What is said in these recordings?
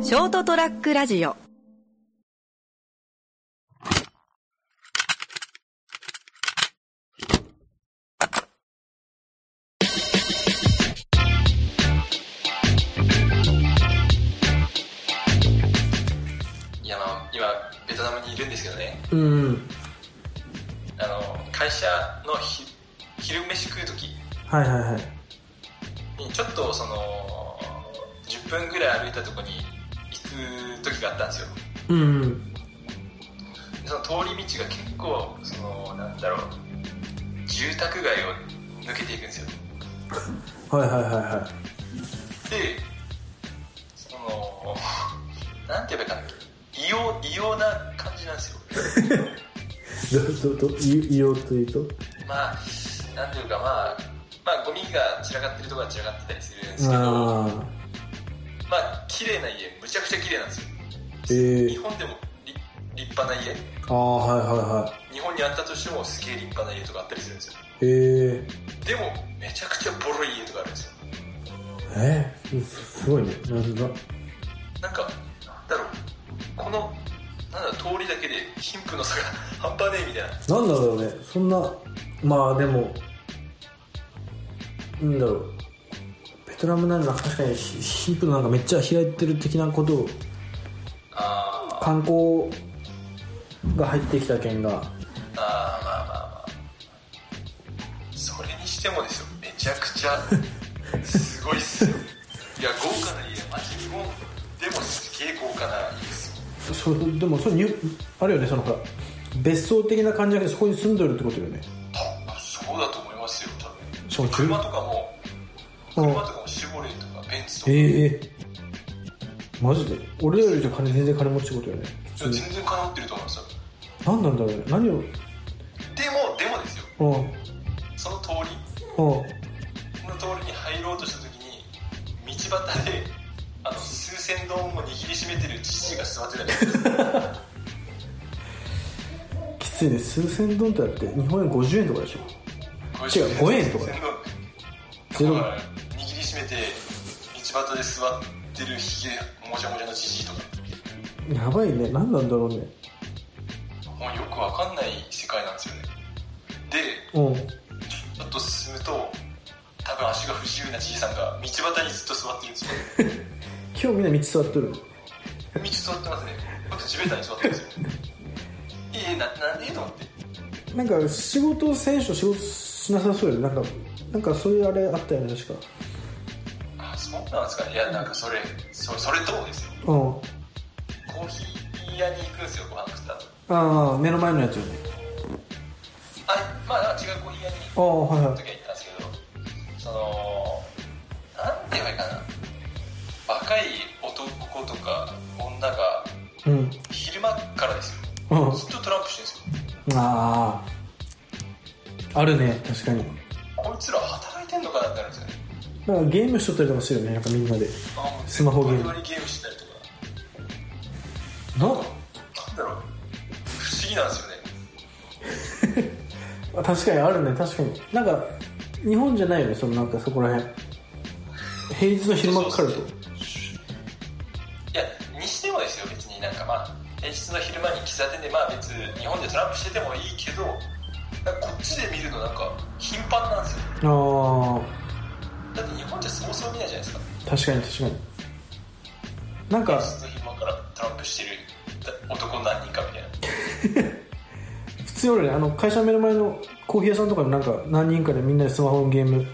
ショートトラックラジオいや、まあ、今、ベトナムにいるんですけどね、うん。あの、会社のひ昼飯食うときはいはいはい。に、ちょっとその、10分ぐらい歩いたとこに行くときがあったんですよ。うん。でその通り道が結構、その、なんだろう、住宅街を抜けていくんですよ。はいはいはいはで、その、 なんて言えばいいかな、異様、異様な感じなんですよ。い。ど、ど、ど、い言おうというとまあ、なんていうか、まあ、まあ、ゴミが散らかってるとこは散らかってたりするんですけど、ああ。まあ、綺麗な家、むちゃくちゃ綺麗なんですよ。え日え本でもり立派な家、ああ、はいはいは日本にあったとしてもすげえ立派な家とかあったりするんですよ。い。ええでも、めちゃくちゃボロい家とかあるんですよ。えー、すすごいね。なんだ。なんか、なんだろう、この、なんだろう、通りだけで貧富の差が 半端ねえみたいな。なんだろうね。そんな、まあでも、なんだろう。ベトナムなんか確かにひ貧富のなんかめっちゃ開いてる的なことを、あ観光が入ってきた件が、ーあー、まあまあまあ。それにしてもですよ、めちゃくちゃ、すごいっすよ。いや、豪華な家、マジ日本でもすげえ豪華な家ですよ。そでもそれにあるよねそのほら別荘的な感じだけどそこに住んでるってことよねあそうだと思いますよ、多分。そう車とかも、うん車とかもシボレーとかベンツとか、ええマジで俺らよりじゃ金全然金持ちってことよね普通全に然金持ってると思うんですよ。何なんだろうね何をでも、でもですよ、うんその通り、うんその通りに入ろうとした時に、道端で、あの、数千丼を握りしめてる父が座ってたり、きついね数千ドンってだって日本円50円とかでしょ違う5円とか数千丼ゼロはい握りしめて、道端で座ってるひげ、もじゃもじゃのじじいとか、やばいね何なんだろうねもうよくわかんない世界なんですよね。で、うんちょっと進むと、多分足が不自由なじいさんが道端にずっと座ってるんですよ。今日みんな道座っとるの道座ってますね。僕地べたに座ってるんですよ。ええな、なんでと思って。なんか仕事選手と仕事しなさそうよねなんかなんかそういうあれあったよね確かあ、そうなんですか。いや、なんかそれ、そそれどうですよ。うんコーヒー屋に行くんですよ、ご飯食った後。ああ目の前のやつよねあ、まあ、違うコーヒー屋にああはい行はく時は行ったいんですけど、その、なんて言えばいいかな。若い男とか女がうん昼間からですよ。うんずっとトランプしてるんですよ。あああるね確かにこいつら働いてんのかなってなるんですよね。なんかゲームしとったりとかしてるよねなんかみんなであもうスマホゲームバリバリゲームしてたりとか。ななんだろう。不思議なんですよね。あ確かにあるね確かになんか日本じゃないよねそのなんかそこら辺平日の昼間からそうとそういや、にしてもですよ、別になんかまあ、平日の昼間に喫茶店で、まあ別、日本でトランプしててもいいけど、なんかこっちで見るのなんか頻繁なんですよ。あだって日本じゃそうそう見ないじゃないですか。あ確かに確かになんか平日の昼間からトランプしてる男何人かみたいな。普通よりねあの会社の目の前のコーヒー屋さんとかでもなんか何人かでみんなでスマホのゲーム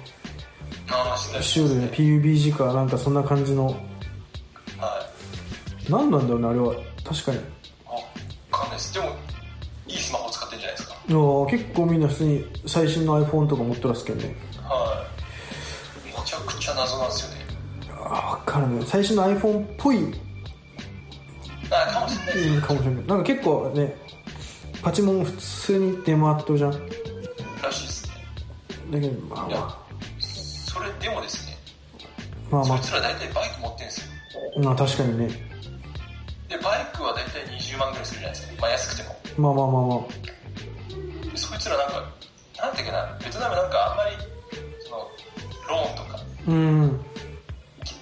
ああ、しないしよるよね PUBG かなんかそんな感じのはい。何なんだろうねあれは確かにわかんないです。でも、いいスマホ使ってるんじゃないですか。いやー結構みんな普通に最新の iPhone とか持ってますけどねはい。めちゃくちゃ謎なんですよね。あ分かるね最新の iPhone っぽいあ、かもしれないです。かもしれないなんか結構ねパチモン普通に出回っとるじゃんだらしいですね。けどまあいやま、それでもですね、あまあそまいつら大体バイク持ってるんですよ。あ、まあ、確かにねで、バイクは大体20万ぐらいするじゃないですか。まあ安くても。まあまあまあまあでそいつらなんか、なんていうかな、ベトナムなんかあんまり、その、ローンとか、うん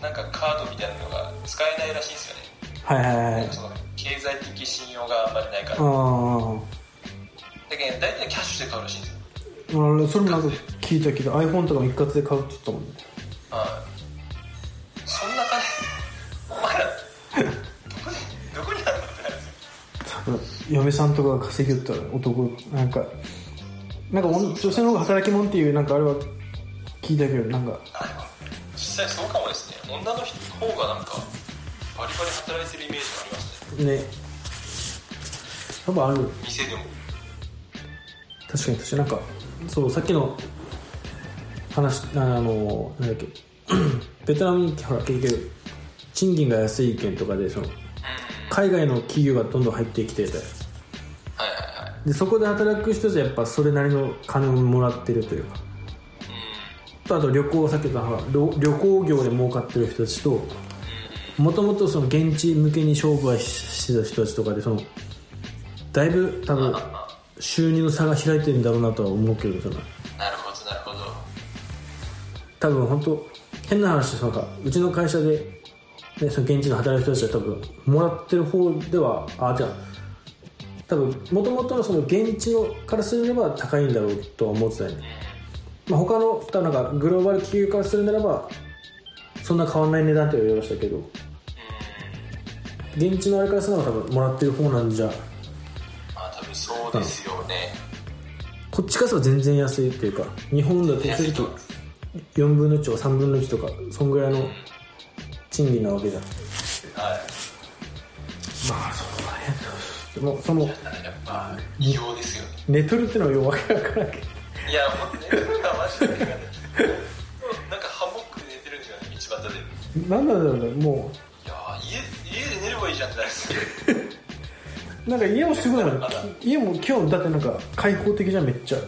なんかカードみたいなのが使えないらしいんですよね。はいはいはいその経済的信用があんまりないからあーだけど大体キャッシュで買うらしいんですよあれそれもなんか聞いたけど iPhone とかも一括で買うって言ったもんねはいそんな金お前らどこにどこにあるのってなるんですよ多分嫁さんとかが稼ぎよったら男なんかなんか女女性の方が働き者っていうなんかあれは聞いたけどなんかあでも実際そうかもですね女の人の方がなんかバリバリ働いてるイメージがありますねねやっぱある店でも確かに私なんかそうさっきの話ああのなんだっけ ベトナムにほら結局賃金が安い県とかでその海外の企業がどんどん入ってきててはいはいはいでそこで働く人たちはやっぱそれなりの金をもらってるというかとあと旅行さっき言ったほら旅旅行業で儲かってる人たちともともとその現地向けに商売ししてた人たちとかでそのだいぶ多分収入の差が開いてるんだろうなとは思うけどそのうんなるほどなるほど多分本当変な話ですなんかうちの会社で、ね、その現地の働く人たちは多分もらってる方ではあ違う多分もともとのその現地のからすれば高いんだろうとは思ってたよね、まあ、他の多分なんかグローバル企業からするならばそんな変わんない値段とは言われましたけど現地のあれからするなら多分もらってる方なんじゃまあ多分そうですよねこっちからすれば全然安いっていうか日本だとすると4分の1とか3分の1とかそんぐらいの賃金なわけじゃんはまあそうだねでもそのいやっぱ異様ですよね寝取るってのはよくわけわからんけどいやもう寝るのがマジでねなんかハンモックで寝てるんですよね道端でいなんなんだろうねもやー家家で寝ればいいじゃんってなるんですようなんか家もすごいな家も今日だってなんか開放的じゃんめっちゃはい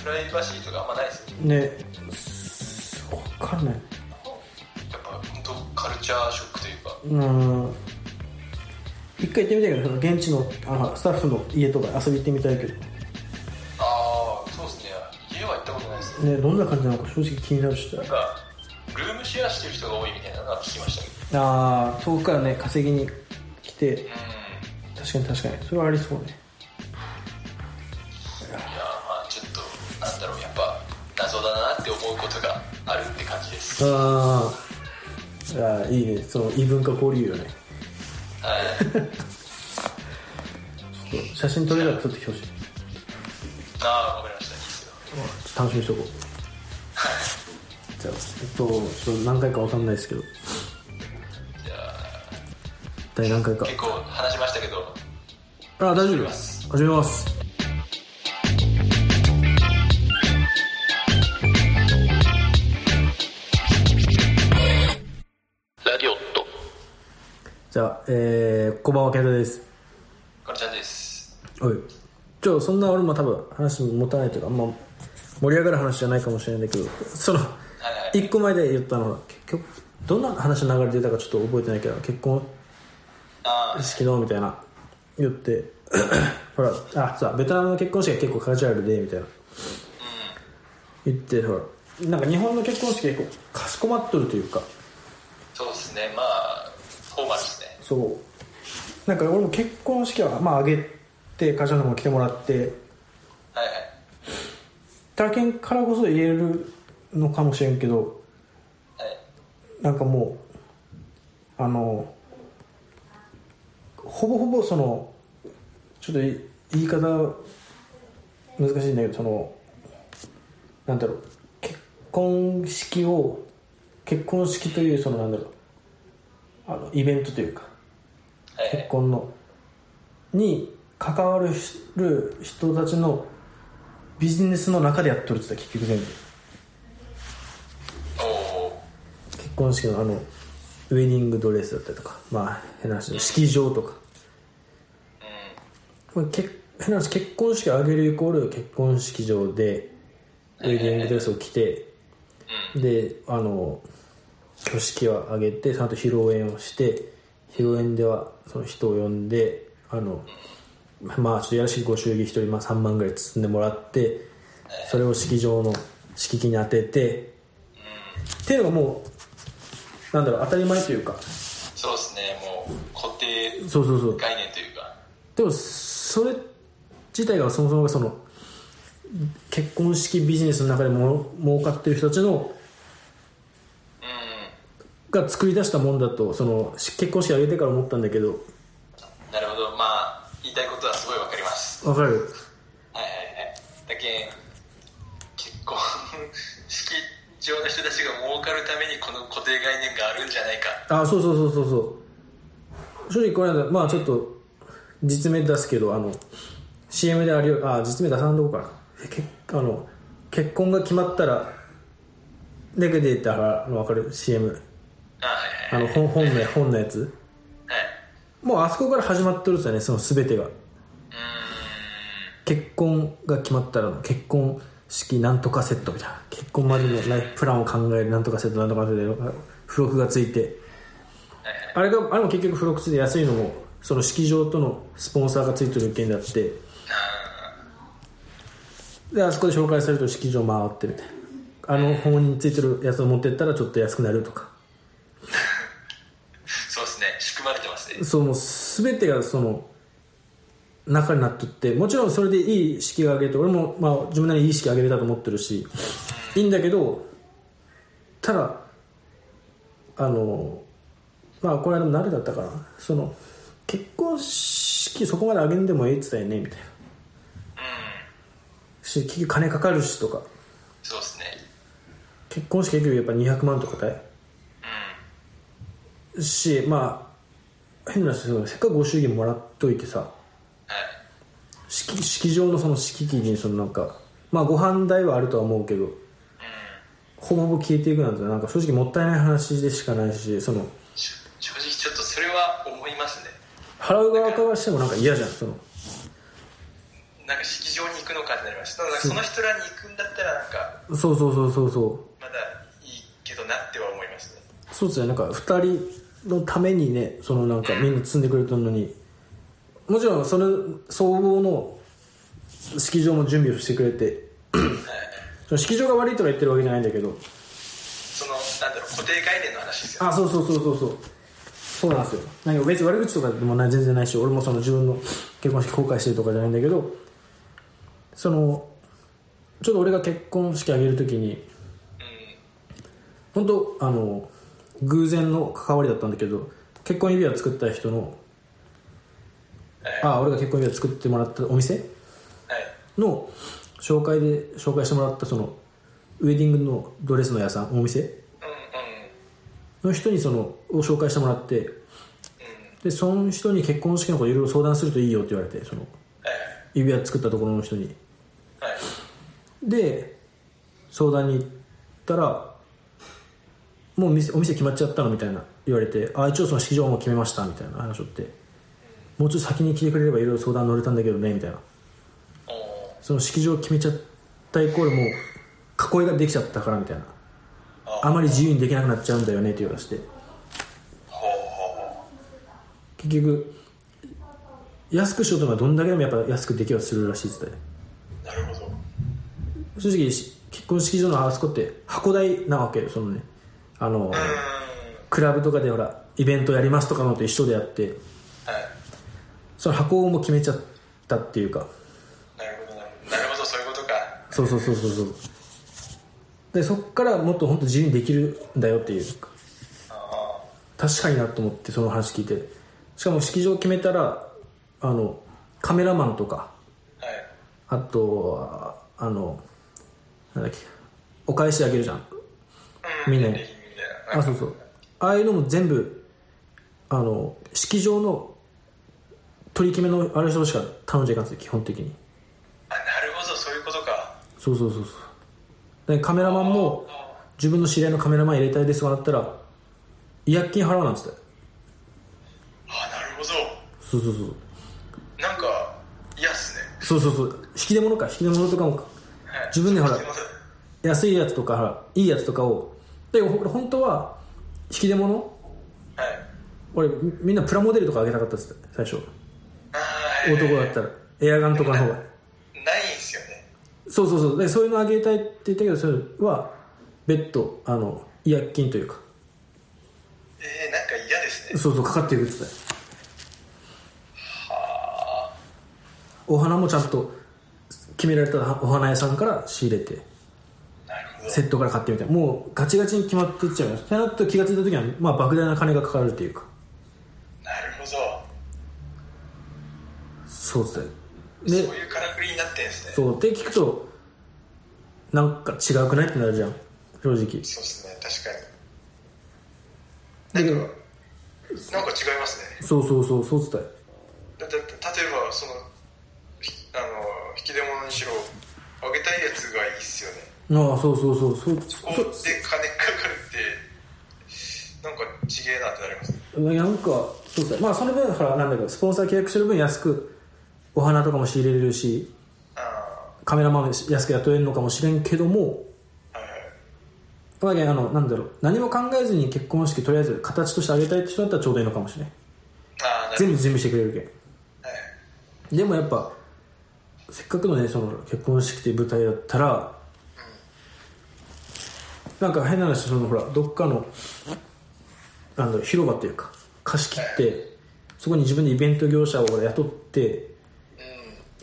プライバシーとかあんまないですよねすわかんないやっぱ本当カルチャーショックというかうーん一回行ってみたいけどその現地のあのスタッフの家とか遊び行ってみたいけどああそうですね家は行ったことないですねねどんな感じなのか正直気になるしなんかルームシェアしてる人が多いみたいなのは聞きましたけどああ遠くからね稼ぎに来てうん確かに確かにそれはありそうねいやーまあちょっとなんだろうやっぱ謎だなって思うことがあるって感じですあーあーいいねその異文化交流よね はいちょっと写真撮れたら撮ってきてほしいああわかりましたいいっすよちょっと楽しみにしとこうじゃあえっとちょっと何回か分かんないですけどじゃあ第何回か結構話しましたけどあ大丈夫です始めますラディオットじゃあえー、こんばんは健太ですかるちゃんですおいちょそんな俺も多分話も持たないというかあんま盛り上がる話じゃないかもしれないんだけどそのはい一個前で言ったのは結局どんな話の流れで出たかちょっと覚えてないけど結婚あー式のみたいな言って ほらあそうだベトナムの結婚式が結構カジュアルでみたいな言ってほらなんか日本の結婚式結構かしこまっとるというかそうですねまあフォーマルですねそうなんか俺も結婚式はまあ上げてカジュアルのも来てもらってはいはい他県からこそ言えるのかもしれんけどはいなんかもうあのほぼほぼそのちょっとい言い方難しいんだけどそのなんだろう結婚式を結婚式というそのなんだろうあのイベントというかはいは結い婚のに関わるしる人たちのビジネスの中でやっとるって言ってた結局全部おお結婚式のあのウェディングドレスだったりとかまあ変な話式場とかこれ結変な話結婚式を挙げるイコール結婚式場でウェディングドレスを着てであの挙式は挙げてその後披露宴をして披露宴ではその人を呼んであのまあちょっとやらしいご祝儀一人、まあ、3万ぐらい包んでもらってそれを式場の敷金に当ててっていうのがもうなんだろう当たり前というかそうですねもう固定そうそうそう概念というかでもそれ自体がそもそもがその結婚式ビジネスの中でも儲かってる人たちのうが作り出したもんだとそのし結婚式挙げてから思ったんだけどんなるほどまあ言いたいことはすごいわかりますわかるはいはいはいだけ結婚式場の人たちが儲かるためにこの固定概念があるんじゃないかあそうそうそうそうそう正直これ間まあちょっと実名出すけどあの CM でありよあ実名出さんとこかなえけあの結婚が決まったらだけで言ったら分かる CM あはいはあいの本本の本のやつはいもうあそこから始まってるんですよねその全てがうー結婚が決まったらの結婚式なんとかセットみたいな結婚までのライフプランを考えるなんとかセットなんとかセットで付録がついてあれがあれも結局付録ついて安いのもその式場とのスポンサーがついてる件であってであそこで紹介されると式場回ってみたいなあの本についてるやつを持ってったらちょっと安くなるとかんそうですね仕組まれてますねそうもう全てがその中になっとってもちろんそれでいい式が挙げて俺も、まあ、自分なりにいい式挙げれたと思ってるしいいんだけどただあのまあこれはでも慣れだったからその結婚式そこまで挙げんでもええって言ったよねみたいなうんし結局金かかるしとかそうですね結婚式結局やっぱ200万とかだようしまあ変な話そのせっかくご祝儀もらっといてさんはい式式場のその敷金にそのなんかまあご飯代はあるとは思うけどうんほぼほぼ消えていくなんてなんか正直もったいない話でしかないしそのし正直ちょっとそれは思いますね払う側からしてもなんか嫌じゃんそのなんか式場に行くのかってなりましたなんかその人らに行くんだったらなんかそうそうそうそうそまだいいけどなっては思いますねうそうですねなんか2人のためにねそのなんかみんな積んでくれてるのにもちろんそれ総合の式場も準備をしてくれて その式場が悪いとか言ってるわけじゃないんだけどそのなんだろう固定概念の話ですよあそうそうそうそうそうそうなんですよなんか別に悪口とかでもない全然ないし俺もその自分の結婚式後悔してるとかじゃないんだけどそのちょっと俺が結婚式挙げるときにうん本当あの偶然の関わりだったんだけど結婚指輪作った人のあ俺が結婚指輪作ってもらったお店はいの紹介で紹介してもらったそのウェディングのドレスの屋さんお店うんうんの人にそのを紹介してもらってうんでその人に結婚式のこといろいろ相談するといいよって言われてそのはい指輪作ったところの人にはいで相談に行ったら「もう店お店決まっちゃったの?」みたいな言われて「あ一応その式場はもう決めました」みたいな話をって「もうちょっと先に来てくれればいろいろ相談乗れたんだけどね」みたいなおおその式場決めちゃったイコールもう囲いができちゃったからみたいなああまり自由にできなくなっちゃうんだよねって言われてほうほうほ結局安くしようと思えばどんだけでもやっぱ安くできはするらしいっつってうなるほど正直し結婚式場のあそこって箱代なわけよそのねあの、うんクラブとかでほらイベントやりますとかのと一緒であってはいその箱をもう決めちゃったっていうかなるほどなるほどなるほどそういうことかそうそうそうそうそうでそっからもっと本当自由にできるんだよっていうあ確かになと思ってその話聞いてしかも式場決めたらあのカメラマンとかあはいあとはあのなんだっけお返しあげるじゃんうんみんなに礼儀みたいなあそうそうああいうのも全部あの式場の取り決めのある人しか頼んじゃいかんすよ基本的にあなるほどそういうことかそうそうそうそうでカメラマンも自分の知り合いのカメラマン入れたいですとかなったら違約金払うなんつってあなるほどそうそうそうなんか嫌っすねそうそうそう引き出物か引き出物とかもはい自分でほら聞きます安いやつとかほらいいやつとかをでほ本当は引き出物はい俺みみんなプラモデルとかあげたかったっつって最初あー男だったらエアガンとかの方がないんすよねそうそうそうでそういうのあげたいって言ったけどそれは別途あの違約金というかえー、なんか嫌でですねそうそうかかってるって言ってたよお花もちゃんと決められたお花屋さんから仕入れてなるほどセットから買ってみたいなもうガチガチに決まっていっちゃうよってなって気が付いた時には、まあ、莫大な金がかかるっていうかなるほどそうですねそうでいうからくりになってんですねそうって聞くとなんか違くないってなるじゃん正直そうですね確だかにけどなんかなんか違いますねそうそうそうそうっつったよだだ例えばそのひあの引き出物にしろあげたいやつがいいっすよねああそうそうそうそうこうでそ金かかるってなんかちげえなってなりますねうなんかそうっすねまあその分だからなんだけどスポンサー契約してる分安くお花とかも仕入れれるしあカメラマンも安く雇えるのかもしれんけどもあはいはいまあねあのなんだろう何も考えずに結婚式とりあえず形としてあげたいって人だったらちょうどいいのかもしれないああなる全部準備してくれるほどはいけんでもやっぱせっかくのねその結婚式っていう舞台だったらなんか変な話そのほらどっかのなんだろう広場っていうか貸し切ってそこに自分でイベント業者をほら雇ってうん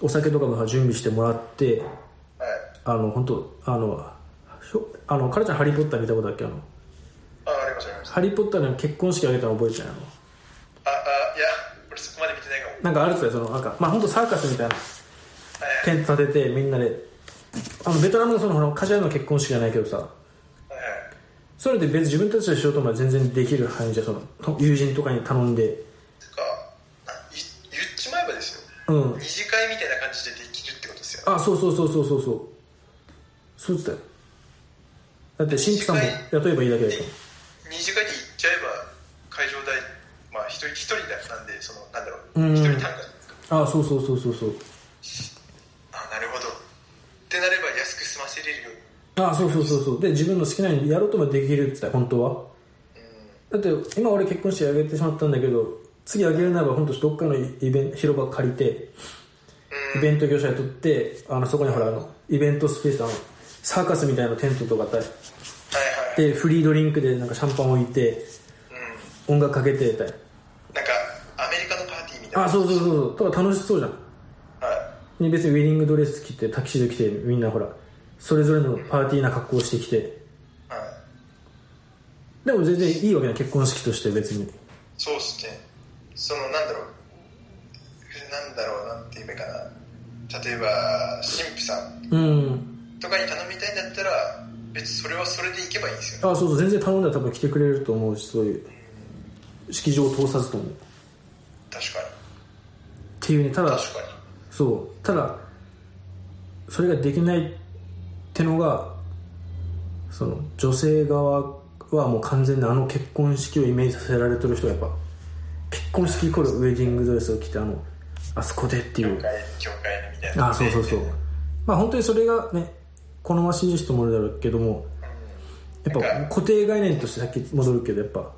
お酒とかもほら準備してもらってはいあの本当あのひょあのカルちゃん「ハリー・ポッター」見たことあるっけあのああありましたありましたハリー・ポッターの結婚式あげたの覚えてないのああいや俺そこまで見てないかもなんかあるっすよそのなんかまあ本当サーカスみたいなはいテント立ててみんなであのベトナムのそのほらカジュアルの結婚式じゃないけどさはいはいそれで別に自分たちでしようと思えば全然できる範囲じゃそのと友人とかに頼んでてかあい言っちまえばですようん二次会みたいな感じでできるってことですよあそうそうそうそうそうそうそうだよだって神父さんも雇えばいいだけだよ二次会に行っちゃえば会場代まあ一人一人だなんでそのなんだろううん一人単価あそうそうそうそうそうあなるほどってなれば安く済ませれるよあそうそうそうそうで自分の好きなようにやろうともできるって言ったよ本当はうんだって今俺結婚してあげてしまったんだけど次あげるならば本当どっかのイベン広場借りてイベント業者雇ってあのそこにほらあのイベントスペースあのサーカスみたいなテントとかあったりはいはいでフリードリンクでなんかシャンパン置いてうん音楽かけてたりなんかアメリカのパーティーみたいあなそうそうそうそうとか楽しそうじゃんはで別にウェディングドレス着てタキシード着てみんなほらそれぞれのパーティーな格好をしてきていはでも全然いいわけない結婚式として別にいそうっすねそのなんだろうなんだろうなんて言えばいいかな例えば神父さんうんとかに頼みたいんだったら別にそれはそれで行けばいいんですよねあそうそう全然頼んだら多分来てくれると思うしそういう式場を通さずともっ確かにていうねただ確かにそうただそれができないってのがその女性側はもう完全にあの結婚式をイメージさせられてる人がやっぱ結婚式イコールウェディングドレスを着てあのあそこでってい教う会教会のみたいなあそうそうそうまあ本当にそれがね好ましい人もいるだろうけどもやっぱ固定概念としてさっき戻るけどやっぱ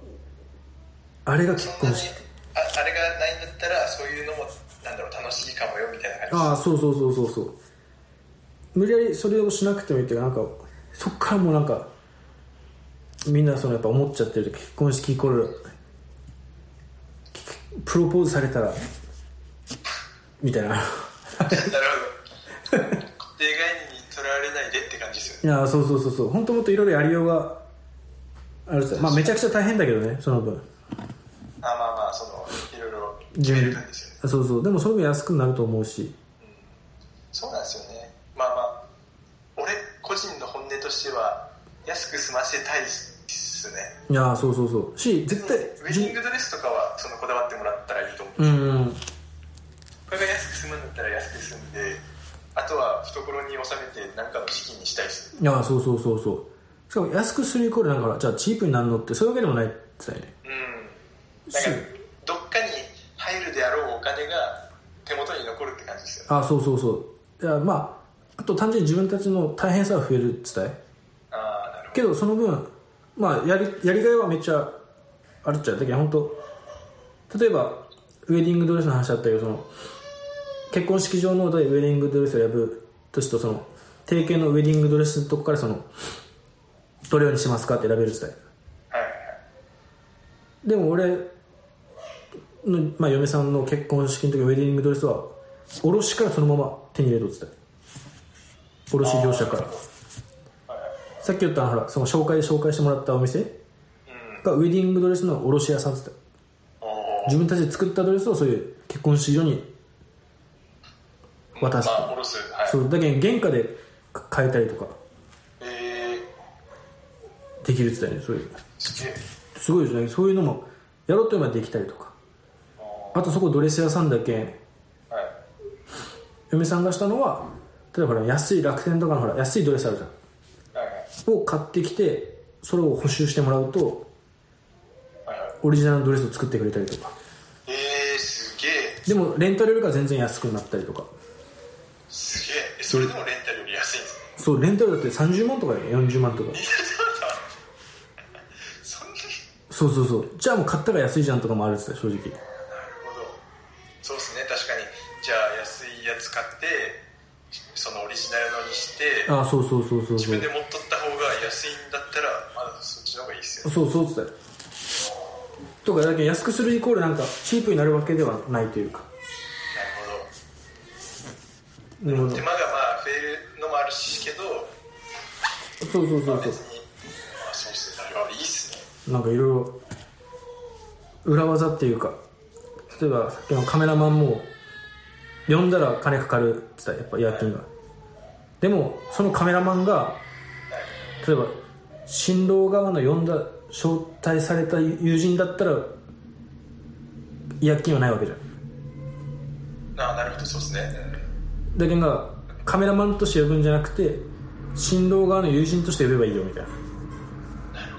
あれが結そん婚なに式ああれがないんだったらそういうのもなんだろう楽しいかもよみたいな感ああそうそうそうそうそう無理やりそれをしなくてもいいっていうかなんかそっからもうなんかみんなそのやっぱ思っちゃってる結婚式イコールプロポーズされたらみたいなじなる ほど固定概念にとらわれないでって感じですよねいやそうそうそうそう本当もっといろいろやりようがあるさまあめちゃくちゃ大変だけどねその分あまあまあそのいろいろ決準め備るんですよねそうそうでもその分安くなると思うしそうなんですよねまあまあ俺個人の本音としては安く済ませたいっすねいやそうそうそうしウ絶対ェディングドレスとかはそのこだわってもらったらいいと思ううんこれが安く済むんだったら安く済んであとは懐に収めて何かの資金にしたいですいやそうそうそうそうしかも安くするイコールなんかほらじゃあチープになるのってそういうわけでもないって言ってたよねうんなんしかどっかに入るであろうお金が手元に残るって感じですよねあそうそうそういやまああと単純に自分たちの大変さは増えるって言ってたよああなるほけどその分まあやりやりがいはめっちゃあるっちゃだけど本当例えばウェディングドレスの話だったけどその結婚式場のでウェディングドレスを選ぶととその定型のウェディングドレスのとこからそのどれにしますかって選べるって言ってたどよはいでも俺の、まあ、嫁さんの結婚式の時ウェディングドレスは卸からそのまま手に入れとってたよ卸業者からさっき言ったあのほらその紹介で紹介してもらったお店うんがウェディングドレスの卸屋さんって言ってたよおー自分たちで作ったドレスをそういう結婚式場に渡すまあ、おろすはいそうだけど原価で買えたりとかえー、できるって言ってたよねそういうすげえすごいですねそういうのもやろうと思えばできたりとかおあとそこドレス屋さんだけーはい嫁さんがしたのは例えばほら安い楽天とかのほら安いドレスあるじゃんはいを買ってきてそれを補修してもらうとはいはいはいオリジナルのドレスを作ってくれたりとかえー、すげえでもレンタルよりか全然安くなったりとかすげええそれでもレンタルより安いんですねそうレンタルだって30万とかだよ40万とか そんなにそうそうそうじゃあもう買ったら安いじゃんとかもあるっつってた正な直るほどそうですね確かにじゃあ安いやつ買ってそのオリジナルのにしてああそうそうそうそう自そう分で持っとった方が安いんだったらまだそっちの方がいいっすよねそうそうっつったよとかだけど安くするイコールなんかチープになるわけではないというかなるほなるほどど手間がまあ増えるのもあるしけどそうそうそう別にまあそうっすねなるほどいいっすねそうなんかいろいろ裏技っていうか例えばさっきのカメラマンも呼んだら金かかるって言ってたやっぱ夜勤がでもそのカメラマンが例えば新郎側の呼んだ招待された友人だったら夜勤はないわけじゃんああなるほどそうっすねうんだけどカメラマンとして呼ぶんじゃなくて新郎側の友人として呼べばいいよみたいななる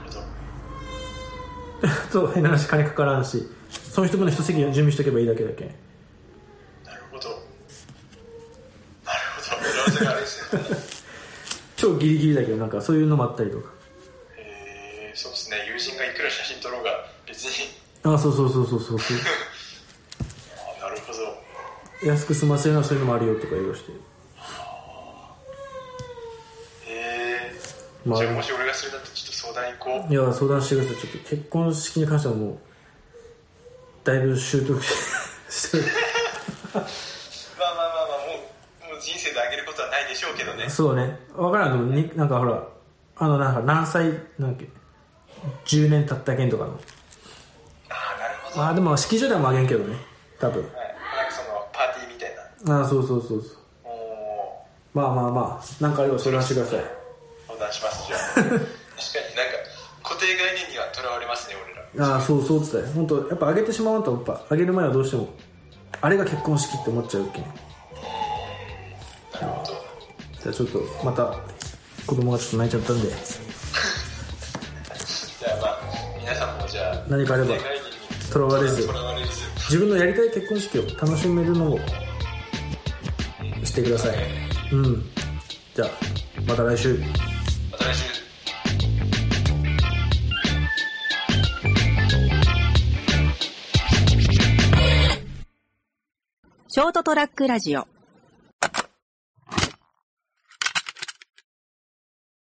ほどそう変な話金かからんしその人分の一席準備しとけばいいだけだけんなるほどなるほど裏技があるんですね超ギリギリだけどなんかそういうのもあったりとかえー、そうっすね友人がいくら写真撮ろうが別にあそうそうそうそうそうそうあなるほど安く済ませるのはそういうのもあるよとか言いましてえーまあじゃあもし俺がそれだとちょっと相談行こいや相談してくださいちょっと結婚式に関してはもうだいぶ習得ししてるうまあまあまあまあもうもう人生であげることはないでしょうけどねそうね分からんでもになんかほらあのなんか何歳なんだっけ10年経ったけんとかのああなるほどああでも式場ではもあげんけどね多分はい、なんかそのパーティーみたいなああそうそうそうそうおーまあまあまあなんかあれば相談してください相談しますじゃあ確かになんか固定概念にはとらわれますね俺らああそうそうっつったよ本当やっぱ上げてしまうとやっぱ上げる前はどうしてもあれが結婚式って思っちゃうけんなるほどじゃあちょっとまた子供がちょっと泣いちゃったんでじゃあまあ皆さんもじゃあ何かあれば固定概念にとらわれずとらわれず自分のやりたい結婚式を楽しめるのをしてくださいうんじゃあまた来週また来週ショートトラックラジオ